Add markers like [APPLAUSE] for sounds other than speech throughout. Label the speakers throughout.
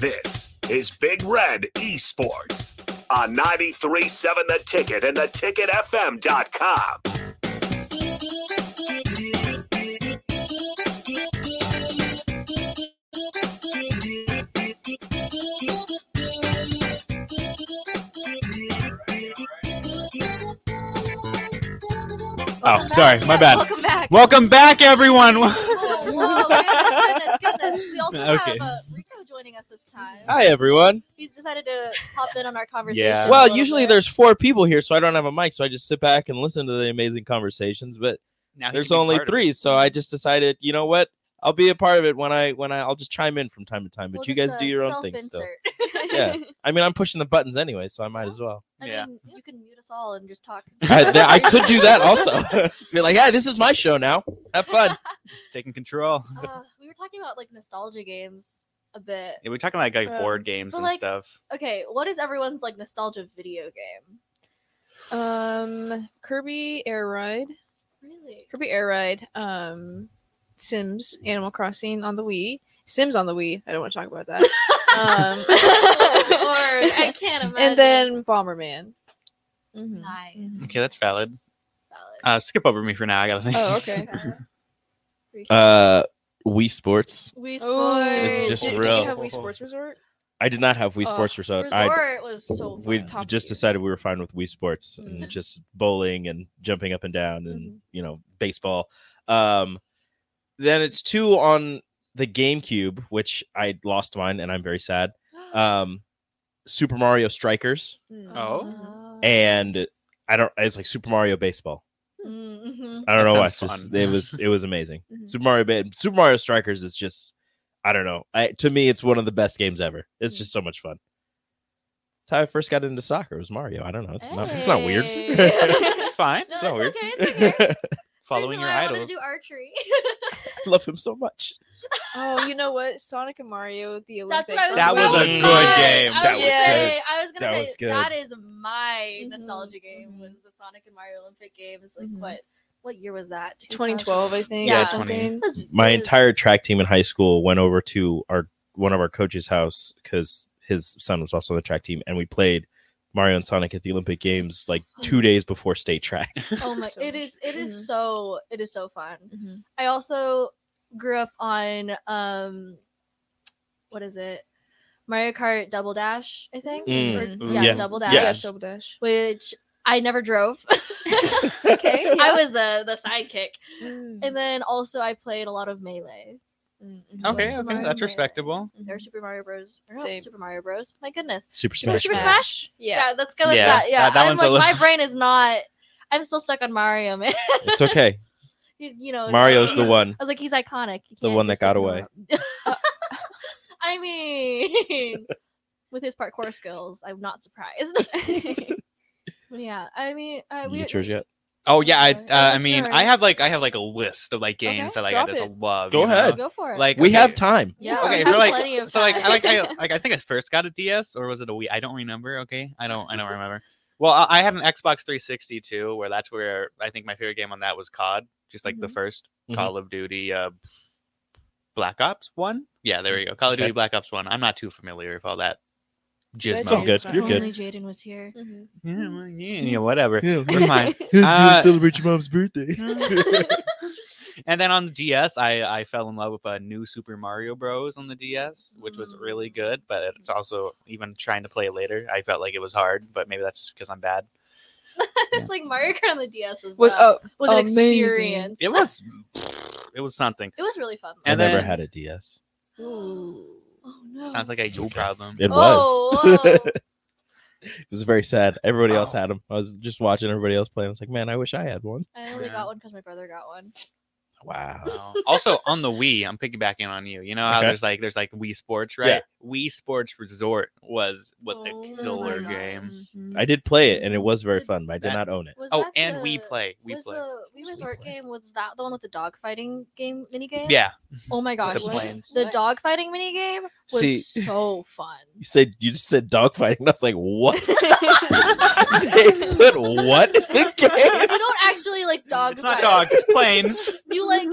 Speaker 1: This is Big Red Esports on 937 The Ticket and theticketfm.com.
Speaker 2: Oh, sorry, my bad.
Speaker 3: Welcome back.
Speaker 2: Welcome back,
Speaker 4: [LAUGHS]
Speaker 2: everyone.
Speaker 3: [LAUGHS] oh, goodness, goodness, goodness. We also
Speaker 2: Okay.
Speaker 3: have uh, Rico joining us this time.
Speaker 4: Hi, everyone.
Speaker 3: He's decided to pop in on our conversation.
Speaker 2: Yeah.
Speaker 3: a
Speaker 4: Well,
Speaker 3: little
Speaker 4: usually
Speaker 3: bit.
Speaker 4: there's four people here, so I don't have a mic, so I just sit back and listen to the amazing conversations. But
Speaker 5: Now he
Speaker 4: there's
Speaker 5: can be
Speaker 4: only
Speaker 5: part of it.
Speaker 4: three, so I just decided, you know what? I'll be a part of it when I when I I'll just chime in from time to time. But
Speaker 3: We'll
Speaker 4: you
Speaker 3: just,
Speaker 4: guys
Speaker 3: uh,
Speaker 4: do your own thing still.
Speaker 3: self-insert.
Speaker 4: [LAUGHS]
Speaker 3: [LAUGHS]
Speaker 4: Yeah. I mean, I'm pushing the buttons anyway, so I might as well.
Speaker 3: I
Speaker 5: Yeah.
Speaker 3: mean, you can mute us all and just talk.
Speaker 4: [LAUGHS] I, th- I could do
Speaker 3: [LAUGHS]
Speaker 4: that also. [LAUGHS] be like, yeah, this is my show now. Have fun.
Speaker 5: It's taking control.
Speaker 3: Uh, we were talking about like nostalgia games a bit.
Speaker 5: Yeah, we're talking like, like
Speaker 3: Uh,
Speaker 5: board games
Speaker 3: but,
Speaker 5: and
Speaker 3: like,
Speaker 5: stuff.
Speaker 3: Okay, what is everyone's like nostalgia video game?
Speaker 6: Um, Kirby Air Ride,
Speaker 3: [LAUGHS] Really?
Speaker 6: Kirby Air Ride, um, Sims, Animal Crossing on the Wii, Sims on the Wii. I don't want to talk about that.
Speaker 3: [LAUGHS] Lord, I
Speaker 6: um,
Speaker 3: can't Oh, imagine.
Speaker 6: [LAUGHS] and then Bomberman. Mhm.
Speaker 3: nice.
Speaker 5: Okay, that's valid.
Speaker 3: Valid.
Speaker 5: Uh, skip over me for now. I gotta think.
Speaker 3: [LAUGHS]
Speaker 6: Oh, okay.
Speaker 4: [LAUGHS] Uh, Wii Sports.
Speaker 3: Wii Sports.
Speaker 6: Oh,
Speaker 4: It's just
Speaker 6: did, Did
Speaker 4: real.
Speaker 6: you have Wii Sports Resort?
Speaker 4: I did not have Wii
Speaker 6: Oh,
Speaker 4: Sports Resort.
Speaker 3: Resort
Speaker 4: I-
Speaker 3: was so fun.
Speaker 4: we
Speaker 6: Top
Speaker 4: just
Speaker 6: tier.
Speaker 4: decided we were fine with Wii Sports and
Speaker 6: Mm.
Speaker 4: just bowling and jumping up and down and you know baseball. Um, then it's two on the GameCube, which I lost mine and I'm very sad. Um, Super Mario Strikers
Speaker 6: Mm.
Speaker 5: Oh.
Speaker 3: Uh-huh.
Speaker 4: and I don't. It's like Super Mario Baseball.
Speaker 3: Mm-hmm.
Speaker 4: I don't
Speaker 5: That
Speaker 4: know why.
Speaker 5: sounds
Speaker 4: it's just-
Speaker 5: fun.
Speaker 4: it was it
Speaker 3: [LAUGHS]
Speaker 4: was amazing.
Speaker 6: Mhm.
Speaker 4: Super Mario ba- Super Mario Strikers is just I don't know. I to me it's one of the best games ever. It's
Speaker 6: Mm.
Speaker 4: just so much fun. That's how I first got into soccer. It was Mario. I don't know. It's, not, it's
Speaker 3: [LAUGHS]
Speaker 4: not weird. [LAUGHS]
Speaker 3: Hey.
Speaker 5: [LAUGHS] It's fine.
Speaker 3: No,
Speaker 5: it's
Speaker 3: it's
Speaker 5: not weird.
Speaker 3: okay. It's okay. It's the reason
Speaker 5: Following your
Speaker 3: why I
Speaker 5: idols.
Speaker 3: wanted to do
Speaker 5: [LAUGHS]
Speaker 3: archery. [LAUGHS]
Speaker 4: Love him so much.
Speaker 6: Oh, you know what? Sonic and Mario, the
Speaker 3: That's
Speaker 6: Olympics.
Speaker 3: what I was. that
Speaker 5: That was a
Speaker 3: was
Speaker 5: good
Speaker 3: mine.
Speaker 5: game.
Speaker 3: I
Speaker 4: That
Speaker 3: was
Speaker 4: was
Speaker 3: gonna say,
Speaker 4: good.
Speaker 3: I was gonna
Speaker 4: That
Speaker 3: say
Speaker 4: was good.
Speaker 3: that is my
Speaker 5: Mm-hmm.
Speaker 6: Mhm,
Speaker 3: nostalgia game
Speaker 6: mhm.
Speaker 3: was the Sonic and Mario Olympic Games. Like
Speaker 6: Mhm.
Speaker 3: what? What year was [LAUGHS] that?
Speaker 6: 2012, I think.
Speaker 3: Yeah,
Speaker 6: or
Speaker 5: 20.
Speaker 6: something.
Speaker 3: It was-
Speaker 4: My
Speaker 3: it was-
Speaker 4: entire track team in high school went over to our one of our coach's house because his son was also on the track team, and we played Mario and Sonic at the Olympic Games like two days before state track. [LAUGHS]
Speaker 5: [LAUGHS]
Speaker 3: Oh my!
Speaker 6: so
Speaker 3: It
Speaker 6: much.
Speaker 3: is. It
Speaker 6: Mhm.
Speaker 5: Mm-hmm.
Speaker 3: is so. It is so fun.
Speaker 6: Mhm.
Speaker 3: I also grew up on um, what is it? Mario Kart Double Dash, I think.
Speaker 4: Mm.
Speaker 3: Or-
Speaker 5: Mm.
Speaker 3: yeah,
Speaker 4: Yeah.
Speaker 3: Double Dash.
Speaker 6: Yeah,
Speaker 4: Yeah.
Speaker 6: Double Dash.
Speaker 3: Which I never drove. [LAUGHS]
Speaker 6: Okay.
Speaker 3: I was the the sidekick,
Speaker 6: Mm.
Speaker 3: and then also I played a lot of Melee
Speaker 6: Mm, mhm.
Speaker 5: Okay,
Speaker 3: Super
Speaker 5: okay,
Speaker 3: Mario
Speaker 5: that's
Speaker 3: Maker.
Speaker 5: respectable.
Speaker 3: or Super Mario Bros. Or no,
Speaker 6: Same.
Speaker 3: Super Mario Bros. My goodness.
Speaker 4: Super
Speaker 6: Super
Speaker 4: Smash.
Speaker 3: Smash.
Speaker 4: Bros.
Speaker 6: Yeah.
Speaker 3: Yeah, let's go with
Speaker 5: Yeah,
Speaker 3: that. Yeah,
Speaker 5: that- that
Speaker 3: I'm
Speaker 5: one's a
Speaker 3: like my
Speaker 5: little-
Speaker 3: brain is not. I'm still stuck on Mario, man. [LAUGHS]
Speaker 4: It's okay.
Speaker 3: you, you know,
Speaker 4: Mario's the one.
Speaker 3: I was like, he's iconic. You
Speaker 4: The
Speaker 3: can't
Speaker 4: one
Speaker 3: just
Speaker 4: that got
Speaker 3: ignore him. [LAUGHS] I mean, [LAUGHS] with his parkour skills, I'm not
Speaker 5: [LAUGHS]
Speaker 3: surprised. yeah, I mean, uh, we.
Speaker 4: You get yours yet?
Speaker 5: Oh yeah, I uh,
Speaker 3: Okay,
Speaker 5: I
Speaker 3: what's
Speaker 5: mean I
Speaker 3: yours?
Speaker 5: have like I have like a list of like games
Speaker 3: Okay,
Speaker 5: that like I
Speaker 6: drop
Speaker 5: just
Speaker 6: it.
Speaker 5: love.
Speaker 4: Go
Speaker 5: you know?
Speaker 4: ahead.
Speaker 3: Go for it.
Speaker 5: Like
Speaker 4: We
Speaker 5: okay,
Speaker 3: [LAUGHS]
Speaker 4: have time.
Speaker 3: yeah,
Speaker 5: okay,
Speaker 3: we
Speaker 5: so
Speaker 3: have
Speaker 5: like-
Speaker 3: plenty of
Speaker 5: So like I
Speaker 3: time.
Speaker 5: like I like I think I first got a DS or was it a Wii? I don't remember. Okay, I don't I [LAUGHS] don't remember. Well, I, I had an Xbox 360 too, where that's where I think my favorite game on that was COD, just like the
Speaker 6: Mhm.
Speaker 5: 1st
Speaker 4: Mhm.
Speaker 5: Call of Duty uh, Black Ops one. Yeah, there we go. Call of
Speaker 4: Okay.
Speaker 5: Duty Black Ops one. I'm not too familiar with all that. Gizmo.
Speaker 6: That's
Speaker 4: It's all
Speaker 6: Mario
Speaker 4: good. [LAUGHS]
Speaker 6: Kart.
Speaker 4: You're good.
Speaker 3: Only Jaden was here.
Speaker 6: Mhm.
Speaker 5: Yeah, well, yeah, yeah, whatever.
Speaker 4: Yeah.
Speaker 5: We're
Speaker 4: [LAUGHS]
Speaker 5: fine. Uh,
Speaker 4: celebrate your mom's [LAUGHS] birthday.
Speaker 5: [LAUGHS] and then on the DS, I, I fell in love with a new Super Mario Bros. on the DS, which
Speaker 4: Mm.
Speaker 5: was really good. But it's also even trying to play it later, I felt like it was hard. But maybe that's just because I'm bad.
Speaker 3: [LAUGHS] it's like Mario Kart on the DS was
Speaker 6: Was
Speaker 3: uh,
Speaker 6: oh,
Speaker 3: was an
Speaker 6: amazing.
Speaker 3: experience.
Speaker 5: It was it was something.
Speaker 3: It was really fun. [LAUGHS]
Speaker 4: I
Speaker 5: And
Speaker 4: never
Speaker 5: then-
Speaker 4: had a DS.
Speaker 3: though. Oh no.
Speaker 5: Sounds like a you problem.
Speaker 4: It was.
Speaker 3: Oh, whoa.
Speaker 4: [LAUGHS] It was very sad. Everybody else
Speaker 5: Oh.
Speaker 4: had them. I was just watching everybody else play. and I was like, man, I wish I had one.
Speaker 3: I only
Speaker 5: Yeah.
Speaker 3: got one because my brother got one.
Speaker 4: Wow.
Speaker 5: Wow. also on the Wii, I'm piggybacking on you. You know how
Speaker 4: Okay.
Speaker 5: there's like there's like Wii Sports,
Speaker 4: Yeah.
Speaker 5: right? Wii Sports Resort was was
Speaker 3: Oh my
Speaker 5: a killer
Speaker 3: God.
Speaker 5: game.
Speaker 4: I did play it and it was very fun, but I did
Speaker 5: That-
Speaker 4: not own it.
Speaker 3: Was
Speaker 5: Oh,
Speaker 3: that
Speaker 5: and we
Speaker 3: the-
Speaker 5: Play. We
Speaker 3: was
Speaker 5: Play.
Speaker 3: the Wii
Speaker 4: Wii
Speaker 3: Resort
Speaker 4: Play.
Speaker 3: game was that the one with the dog fighting game mini game?
Speaker 5: yeah.
Speaker 3: Oh my gosh,
Speaker 5: the
Speaker 3: what?
Speaker 5: planes.
Speaker 3: the dog fighting mini game was
Speaker 4: See-
Speaker 3: so
Speaker 6: [LAUGHS]
Speaker 3: fun.
Speaker 4: You said you just said dogfighting. and I was like, what? they put what in the
Speaker 3: you
Speaker 4: game? [LAUGHS]
Speaker 3: don't actually like dog
Speaker 5: It's not
Speaker 3: fight. [LAUGHS]
Speaker 5: dogs, it's planes.
Speaker 3: You like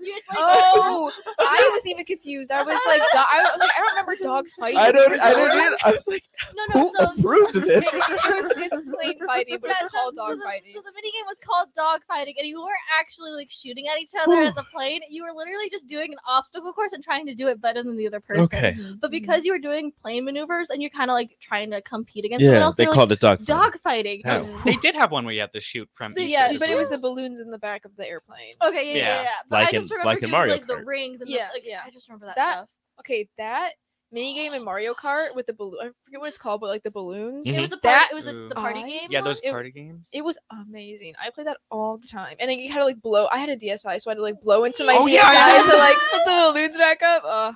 Speaker 3: It's like, [LAUGHS]
Speaker 6: Oh, I was even confused. I was like, do- I, was like, I don't remember dogs fighting.
Speaker 4: I don't. I
Speaker 6: So
Speaker 4: don't.
Speaker 6: we're
Speaker 4: Either. I was like,
Speaker 3: no, no.
Speaker 4: who
Speaker 3: so, so-
Speaker 4: approved
Speaker 6: like,
Speaker 4: this? [LAUGHS]
Speaker 6: It's, it was- it's plain fighting, but
Speaker 3: yeah,
Speaker 6: it's called
Speaker 3: so
Speaker 6: dog
Speaker 3: the,
Speaker 6: fighting.
Speaker 3: So the minigame was called dog fighting, and you weren't actually like shooting at each other as a plane. You were literally just doing an obstacle course and trying to do it better than the other person.
Speaker 4: Okay.
Speaker 3: But because you were doing plane maneuvers and you're kind of like trying to compete against someone
Speaker 4: Yeah,
Speaker 3: else,
Speaker 4: they
Speaker 3: they are
Speaker 4: called it dog.
Speaker 3: like dog fighting.
Speaker 4: Yeah.
Speaker 5: They did have one where you have to shoot from.
Speaker 3: They-
Speaker 5: each
Speaker 6: yeah,
Speaker 5: end
Speaker 6: but
Speaker 5: as
Speaker 6: it was
Speaker 5: well.
Speaker 6: the balloons in the back of the airplane.
Speaker 3: Okay, yeah, yeah,
Speaker 5: Yeah.
Speaker 3: yeah. yeah. But
Speaker 4: Like
Speaker 3: I just
Speaker 4: in-
Speaker 3: remember
Speaker 4: like in
Speaker 3: doing
Speaker 4: Mario
Speaker 3: like the
Speaker 4: Kart.
Speaker 3: rings and
Speaker 6: Yeah,
Speaker 3: the, like,
Speaker 6: yeah.
Speaker 3: I just remember that,
Speaker 6: That-
Speaker 3: stuff.
Speaker 6: Okay, that minigame in Mario Kart with the balloon. I forget what it's called, but like the balloons.
Speaker 4: Mhm.
Speaker 3: It was a party,
Speaker 6: That-
Speaker 3: it was the,
Speaker 5: Ooh.
Speaker 3: the party
Speaker 6: I-
Speaker 3: game.
Speaker 5: Yeah,
Speaker 3: one?
Speaker 5: those
Speaker 6: It-
Speaker 5: party games.
Speaker 4: Mm.
Speaker 6: It was amazing. I played that all the time, and then you had to like blow. I had a DSi, so I had to like blow into my
Speaker 5: Oh,
Speaker 6: DSi
Speaker 5: yeah, I
Speaker 6: to like put the balloons back up. Uh,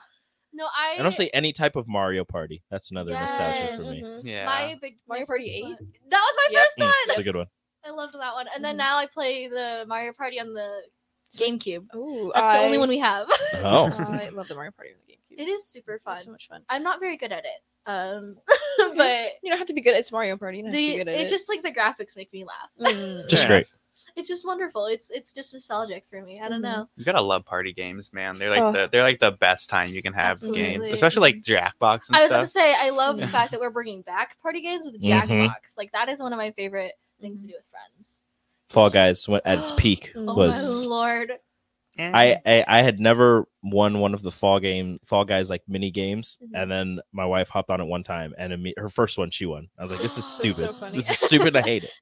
Speaker 3: No, I
Speaker 4: And honestly, any type of Mario Party. That's another nostalgia for
Speaker 3: Yes.
Speaker 4: me.
Speaker 5: Yeah.
Speaker 3: my big
Speaker 6: Mario
Speaker 3: my
Speaker 6: Party
Speaker 3: first
Speaker 6: 8?
Speaker 3: one- That was my
Speaker 6: Yep.
Speaker 3: first
Speaker 4: Mm,
Speaker 3: one.
Speaker 4: it's a good one.
Speaker 3: I loved that one. And then
Speaker 6: Mhm.
Speaker 3: now I play the Mario Party on the GameCube.
Speaker 6: Oh,
Speaker 3: That's the only
Speaker 6: I- [LAUGHS]
Speaker 3: one we have.
Speaker 4: Oh,
Speaker 6: I love the Mario Party on the GameCube.
Speaker 3: it is super fun.
Speaker 6: It's so much fun.
Speaker 3: I'm not very good at it.
Speaker 6: [LAUGHS]
Speaker 3: Um [LAUGHS]
Speaker 6: okay.
Speaker 3: but
Speaker 6: You don't have to be good. It's Mario Party. You don't have
Speaker 3: the
Speaker 6: to be good at
Speaker 3: it's just like the graphics make me laugh.
Speaker 6: Mm.
Speaker 4: just
Speaker 5: Yeah.
Speaker 4: great.
Speaker 3: It's just wonderful. It's it's just nostalgic for me. I don't
Speaker 6: Mhm.
Speaker 3: know.
Speaker 5: You gotta love party games, man. They're like
Speaker 6: Oh.
Speaker 5: the they're like the best time you can have games,
Speaker 3: Absolutely.
Speaker 5: especially like Jackbox and
Speaker 3: I was about to
Speaker 5: stuff.
Speaker 3: say I love the
Speaker 6: Mm-hmm.
Speaker 5: Yeah.
Speaker 3: fact that we're bringing back party games with
Speaker 4: Mhm.
Speaker 3: Jackbox. Like that is one of my favorite things
Speaker 6: Mm-hmm.
Speaker 3: to do with friends.
Speaker 4: Fall Guys went at its
Speaker 6: [GASPS]
Speaker 4: peak
Speaker 6: Oh
Speaker 3: Oh
Speaker 4: was
Speaker 3: my lord!
Speaker 5: And-
Speaker 4: I, I I had never won one of the Fall game Fall Guys like mini games,
Speaker 6: Mhm.
Speaker 4: and then my wife hopped on it one time, and imme- her first one she won. I was like, this
Speaker 6: [GASPS]
Speaker 4: is
Speaker 3: That's
Speaker 4: stupid.
Speaker 6: so funny.
Speaker 4: This is stupid. I hate it.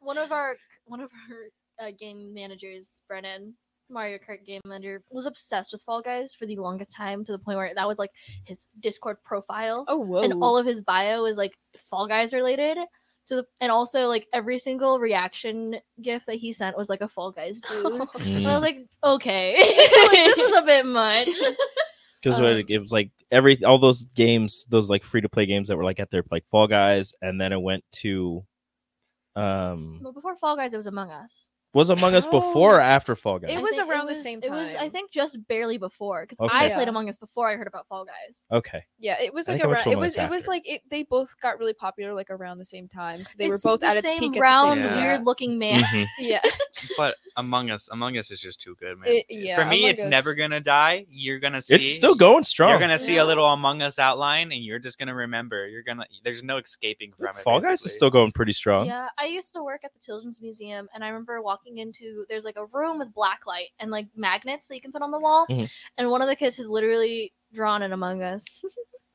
Speaker 3: One of our one of our uh, game managers, Brennan, Mario Kart game manager, was obsessed with Fall Guys for the longest time to the point where that was like his Discord profile,
Speaker 6: [LAUGHS] Oh whoa!
Speaker 3: and all of his bio is like Fall Guys related. To the and also like every single reaction gif that he sent was like a Fall Guys
Speaker 6: [LAUGHS]
Speaker 3: dude. And I was like, okay, [LAUGHS] Like, this is a bit much.
Speaker 4: Because
Speaker 3: Um,
Speaker 4: it, it was like every all those games, those like free to play games that were like at their like Fall Guys, and then it went to um
Speaker 3: Well, before Fall Guys, it was Among Us.
Speaker 4: was Among Us before or after Fall Guys?
Speaker 6: It
Speaker 3: I
Speaker 6: was
Speaker 3: think
Speaker 6: around the same
Speaker 3: It was, I
Speaker 6: time.
Speaker 3: think, just barely before because
Speaker 4: Okay.
Speaker 3: I
Speaker 6: Yeah.
Speaker 3: played Among Us before I heard about Fall Guys.
Speaker 4: okay,
Speaker 6: yeah, it was
Speaker 4: I
Speaker 6: like
Speaker 4: think I went
Speaker 6: around.
Speaker 4: to
Speaker 6: It
Speaker 4: one
Speaker 6: was.
Speaker 4: that's
Speaker 6: It was
Speaker 4: after.
Speaker 6: like it, they both got really popular like around the same time. So they
Speaker 3: It's
Speaker 6: were both
Speaker 3: the
Speaker 6: at its
Speaker 3: same
Speaker 6: peak.
Speaker 3: round,
Speaker 6: at the
Speaker 5: time.
Speaker 6: same
Speaker 3: [LAUGHS] weird looking man.
Speaker 4: Mhm.
Speaker 6: Yeah,
Speaker 5: but Among Us, Among Us is just too good, man.
Speaker 6: [LAUGHS] It- yeah.
Speaker 5: For me,
Speaker 6: Among
Speaker 5: it's
Speaker 6: Us.
Speaker 5: never gonna die. You're gonna see.
Speaker 4: it's still going strong.
Speaker 5: You're gonna see
Speaker 3: Yeah.
Speaker 5: a little Among Us outline, and you're just gonna remember. You're gonna. There's no escaping from it.
Speaker 4: Fall Guys
Speaker 5: basically.
Speaker 4: is still going pretty strong.
Speaker 3: Yeah, I used to work at the Children's Museum, and I remember walking into there's like a room with black light and like magnets that you can put on the wall,
Speaker 6: Mm-hmm.
Speaker 4: Mhm.
Speaker 3: and one of the kids has literally drawn an Among Us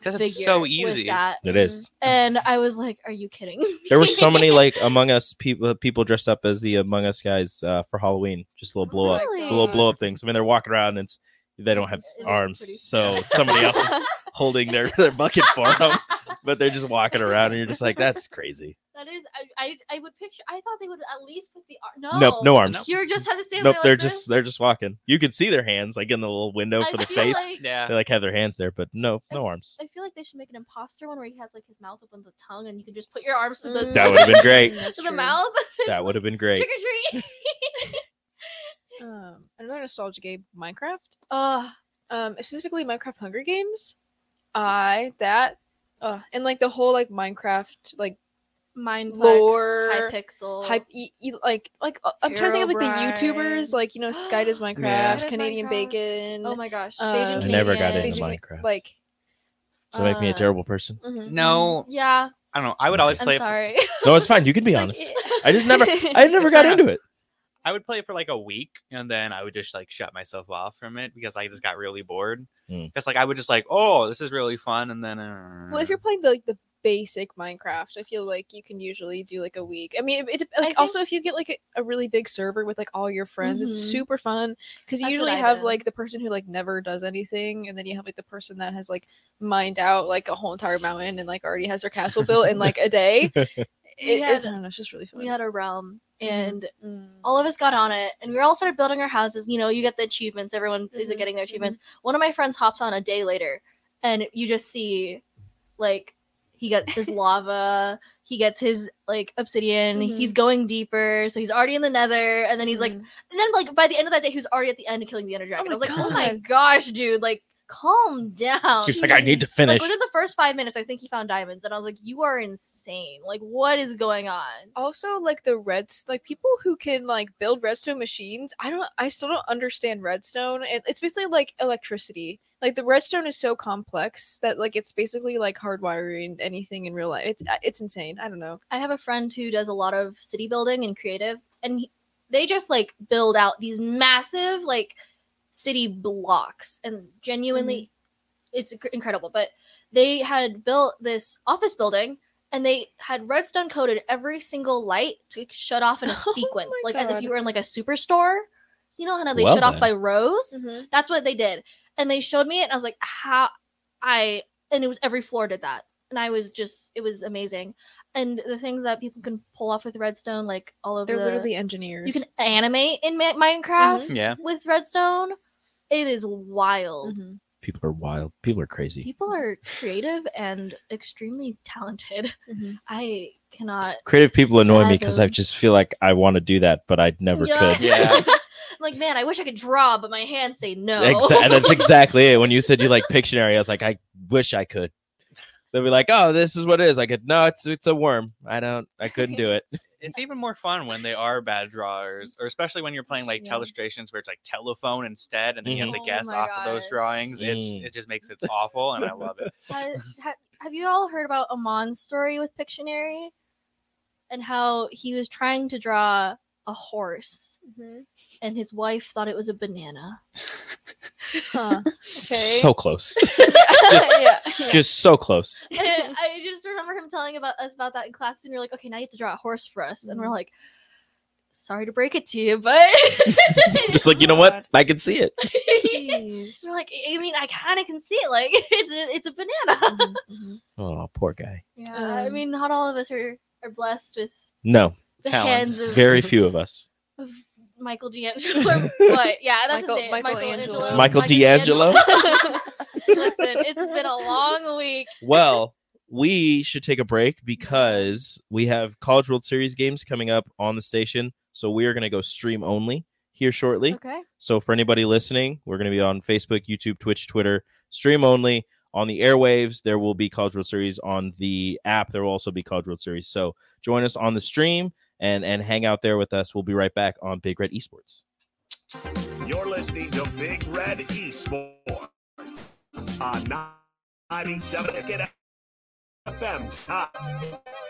Speaker 5: 'Cause it's
Speaker 3: figure
Speaker 5: so
Speaker 3: with
Speaker 5: easy.
Speaker 3: that.
Speaker 4: It is.
Speaker 3: and I was like, "Are you kidding?"
Speaker 4: There were so many like Among Us people people dressed up as the Among Us guys uh, for Halloween. Just little blow up,
Speaker 3: Really?
Speaker 4: little blow up things. I mean, they're walking around and it's, they don't have
Speaker 3: It was pretty
Speaker 4: arms, so
Speaker 3: scary.
Speaker 4: somebody else is
Speaker 3: [LAUGHS]
Speaker 4: holding their their bucket for them. But they're just walking around, and you're just like, that's crazy.
Speaker 3: that is, I, I, I would picture. I thought they would at least put the ar-
Speaker 4: No,
Speaker 3: no,
Speaker 4: nope, no arms.
Speaker 3: Oh. You just have to stand
Speaker 4: Nope,
Speaker 3: there.
Speaker 4: they're
Speaker 3: like
Speaker 4: just
Speaker 3: this.
Speaker 4: they're just walking. You can see their hands like in the little window
Speaker 3: I
Speaker 4: for the
Speaker 3: feel
Speaker 4: face.
Speaker 3: like-
Speaker 5: Yeah.
Speaker 4: they like have their hands there, but no, no
Speaker 3: It's-
Speaker 4: arms.
Speaker 3: I feel like they should make an imposter one where he has like his mouth open, the tongue, and you can just put your arms to the
Speaker 6: Mm.
Speaker 4: That would
Speaker 6: [LAUGHS]
Speaker 4: have been great.
Speaker 6: That's
Speaker 3: to the
Speaker 6: true.
Speaker 3: mouth. [LAUGHS]
Speaker 4: That would have been great.
Speaker 3: Trick or treat.
Speaker 6: Um, another nostalgia game, Minecraft.
Speaker 3: Ugh.
Speaker 6: Um, specifically Minecraft Hunger Games. I that. Uh, and like the whole like Minecraft like Lore.
Speaker 3: Mindplex, Hypixel.
Speaker 6: hype e- e- like like uh, I'm trying to think of like the YouTubers
Speaker 3: Herobrine.
Speaker 6: like you know
Speaker 3: [GASPS]
Speaker 6: Sky does Minecraft,
Speaker 5: Sky
Speaker 3: Does
Speaker 6: Canadian
Speaker 3: Minecraft.
Speaker 6: Bacon.
Speaker 3: oh my gosh.
Speaker 6: um,
Speaker 3: Beijing
Speaker 4: I never got
Speaker 3: Canadian.
Speaker 4: into
Speaker 6: Asian-
Speaker 4: Minecraft.
Speaker 6: like
Speaker 4: so make me a
Speaker 3: uh,
Speaker 4: terrible person.
Speaker 6: mhm.
Speaker 5: No,
Speaker 3: Yeah,
Speaker 5: I don't know. I would always
Speaker 3: I'm
Speaker 5: play. It for,
Speaker 3: sorry.
Speaker 4: No, it's fine. You can be
Speaker 3: Like,
Speaker 4: honest.
Speaker 3: [LAUGHS] it-
Speaker 4: I just never, I never
Speaker 5: It's
Speaker 4: got
Speaker 5: fair
Speaker 4: into it.
Speaker 5: I would play it for like a week, and then I would just like shut myself off from it because I just got really bored.
Speaker 4: Mm.
Speaker 5: Because like I would just like, oh, this is really fun, and then. Uh,
Speaker 6: Well, if you're playing the, like the basic Minecraft, I feel like you can usually do like a week. I mean, it, it, like
Speaker 3: think-
Speaker 6: also if you get like a, a really big server with like all your friends, it's
Speaker 3: Mhm.
Speaker 6: super fun because you
Speaker 3: That's what
Speaker 6: usually
Speaker 3: I
Speaker 6: have
Speaker 3: did.
Speaker 6: like the person who like never does anything, and then you have like the person that has like mined out like a whole entire mountain and like already has their castle built in like a
Speaker 3: [LAUGHS]
Speaker 6: day. It
Speaker 3: had-
Speaker 6: is. I don't know. It's just really fun.
Speaker 3: we had a realm, and
Speaker 6: Mm.
Speaker 3: all of us got on it, and we all started building our houses. You know, you get the achievements. Everyone is
Speaker 6: Mhm,
Speaker 3: getting their achievements. One of my friends hops on a day later, and you just see, like, he gets [LAUGHS] his lava. He gets his like obsidian.
Speaker 6: Mhm.
Speaker 3: He's going deeper, so he's already in the Nether, and then he's like,
Speaker 6: Mhm.
Speaker 3: and then like by the end of that day, he was already at the end killing the Ender Dragon.
Speaker 6: my
Speaker 3: I was like, oh my gosh, dude! Like calm down.
Speaker 4: She's like, I need to
Speaker 3: Jeez.
Speaker 4: finish.
Speaker 3: Like within the first five minutes, I think he found diamonds, and I was like, you are insane. Like, what is going on?
Speaker 6: also like the reds like people who can like build redstone machines i don't i still don't understand redstone and it's basically like electricity like the redstone is so complex that like it's basically like hardwiring anything in real life it's uh, it's insane i don't know
Speaker 3: I have a friend who does a lot of city building and creative, and he- they just like build out these massive like city blocks, and genuinely,
Speaker 6: Mm-hmm.
Speaker 3: it's inc- incredible. But they had built this office building, and they had redstone coated every single light to shut off in a
Speaker 6: [LAUGHS] Oh
Speaker 3: sequence,
Speaker 6: my
Speaker 3: like as if
Speaker 6: God.
Speaker 3: you were in like a superstore. You know how they
Speaker 4: Well
Speaker 3: shut
Speaker 4: then.
Speaker 3: off by rows. That's what they did. And they showed me it, and I was like, how I and it was every floor did that. And I was just it was amazing. And the things that people can pull off with redstone, like all of
Speaker 6: they're
Speaker 3: the
Speaker 6: literally Mm-hmm. engineers
Speaker 3: you can animate in Ma- Minecraft
Speaker 6: [LAUGHS]
Speaker 5: Yeah.
Speaker 3: with redstone. It is wild.
Speaker 6: Mhm.
Speaker 4: People are wild. People are crazy.
Speaker 3: People are creative and extremely talented. [LAUGHS]
Speaker 6: Mhm.
Speaker 3: I cannot
Speaker 4: Creative people annoy me because I
Speaker 3: Fathom.
Speaker 4: just feel like I want to do that, but I never could.
Speaker 5: Yeah.
Speaker 3: [LAUGHS] I'm like, man, I wish I could draw, but my hands say no.
Speaker 4: Exa- that's exactly it. When you said you like Pictionary, I was like, I wish I could. They'll be like, oh, this is what it is. I could, no, it's it's a worm. I don't, I couldn't do it.
Speaker 5: It's even more fun when they are bad drawers, or especially when you're playing like
Speaker 6: Yeah.
Speaker 5: telestrations where it's like telephone instead, and then you have to
Speaker 3: Mhm. Oh
Speaker 5: guess
Speaker 3: my
Speaker 5: off of those
Speaker 3: gosh.
Speaker 5: drawings.
Speaker 4: Mm.
Speaker 5: It's it just makes it awful, and I love it.
Speaker 3: Ha- ha- have you all heard about Amon's story with Pictionary and how he was trying to draw a horse and his wife thought it was a banana?
Speaker 6: Huh. okay
Speaker 4: So close. just-
Speaker 6: yeah,
Speaker 4: Just so close.
Speaker 3: [LAUGHS] And I just remember him telling about us about that in class, and we are like, "Okay, now you have to draw a horse for us," and we're
Speaker 6: Mhm.
Speaker 3: like, "Sorry to break it to you, but." [LAUGHS]
Speaker 4: Just like, you know what? I can see it.
Speaker 6: [LAUGHS] Jeez.
Speaker 3: We're like, I mean, I kind of can see it. Like, [LAUGHS] it's a, it's a banana.
Speaker 6: Mhm, mhm.
Speaker 4: Oh, poor guy.
Speaker 3: Yeah, I
Speaker 6: Um,
Speaker 3: mean, not all of us are are blessed with
Speaker 4: No,
Speaker 3: the
Speaker 5: Talent.
Speaker 3: hands of [LAUGHS]
Speaker 4: very few of us.
Speaker 3: of Michael D'Angelo. what? Yeah, that's
Speaker 6: Michael-
Speaker 3: his name.
Speaker 6: Michael
Speaker 3: Angelo.
Speaker 6: Angelo.
Speaker 4: Michael D'Angelo?
Speaker 3: [LAUGHS] Listen, it's been a long week.
Speaker 4: Well, we should take a break because we have College World Series games coming up on the station. So we are going to go stream only here shortly.
Speaker 3: Okay.
Speaker 4: So for anybody listening, we're going to be on Facebook, YouTube, Twitch, Twitter, stream only on the airwaves. There will be College World Series on the app. There will also be College World Series. So join us on the stream and and hang out there with us. We'll be right back on Big Red Esports.
Speaker 1: You're listening to Big Red Esports on 97 Ticket FM. Top.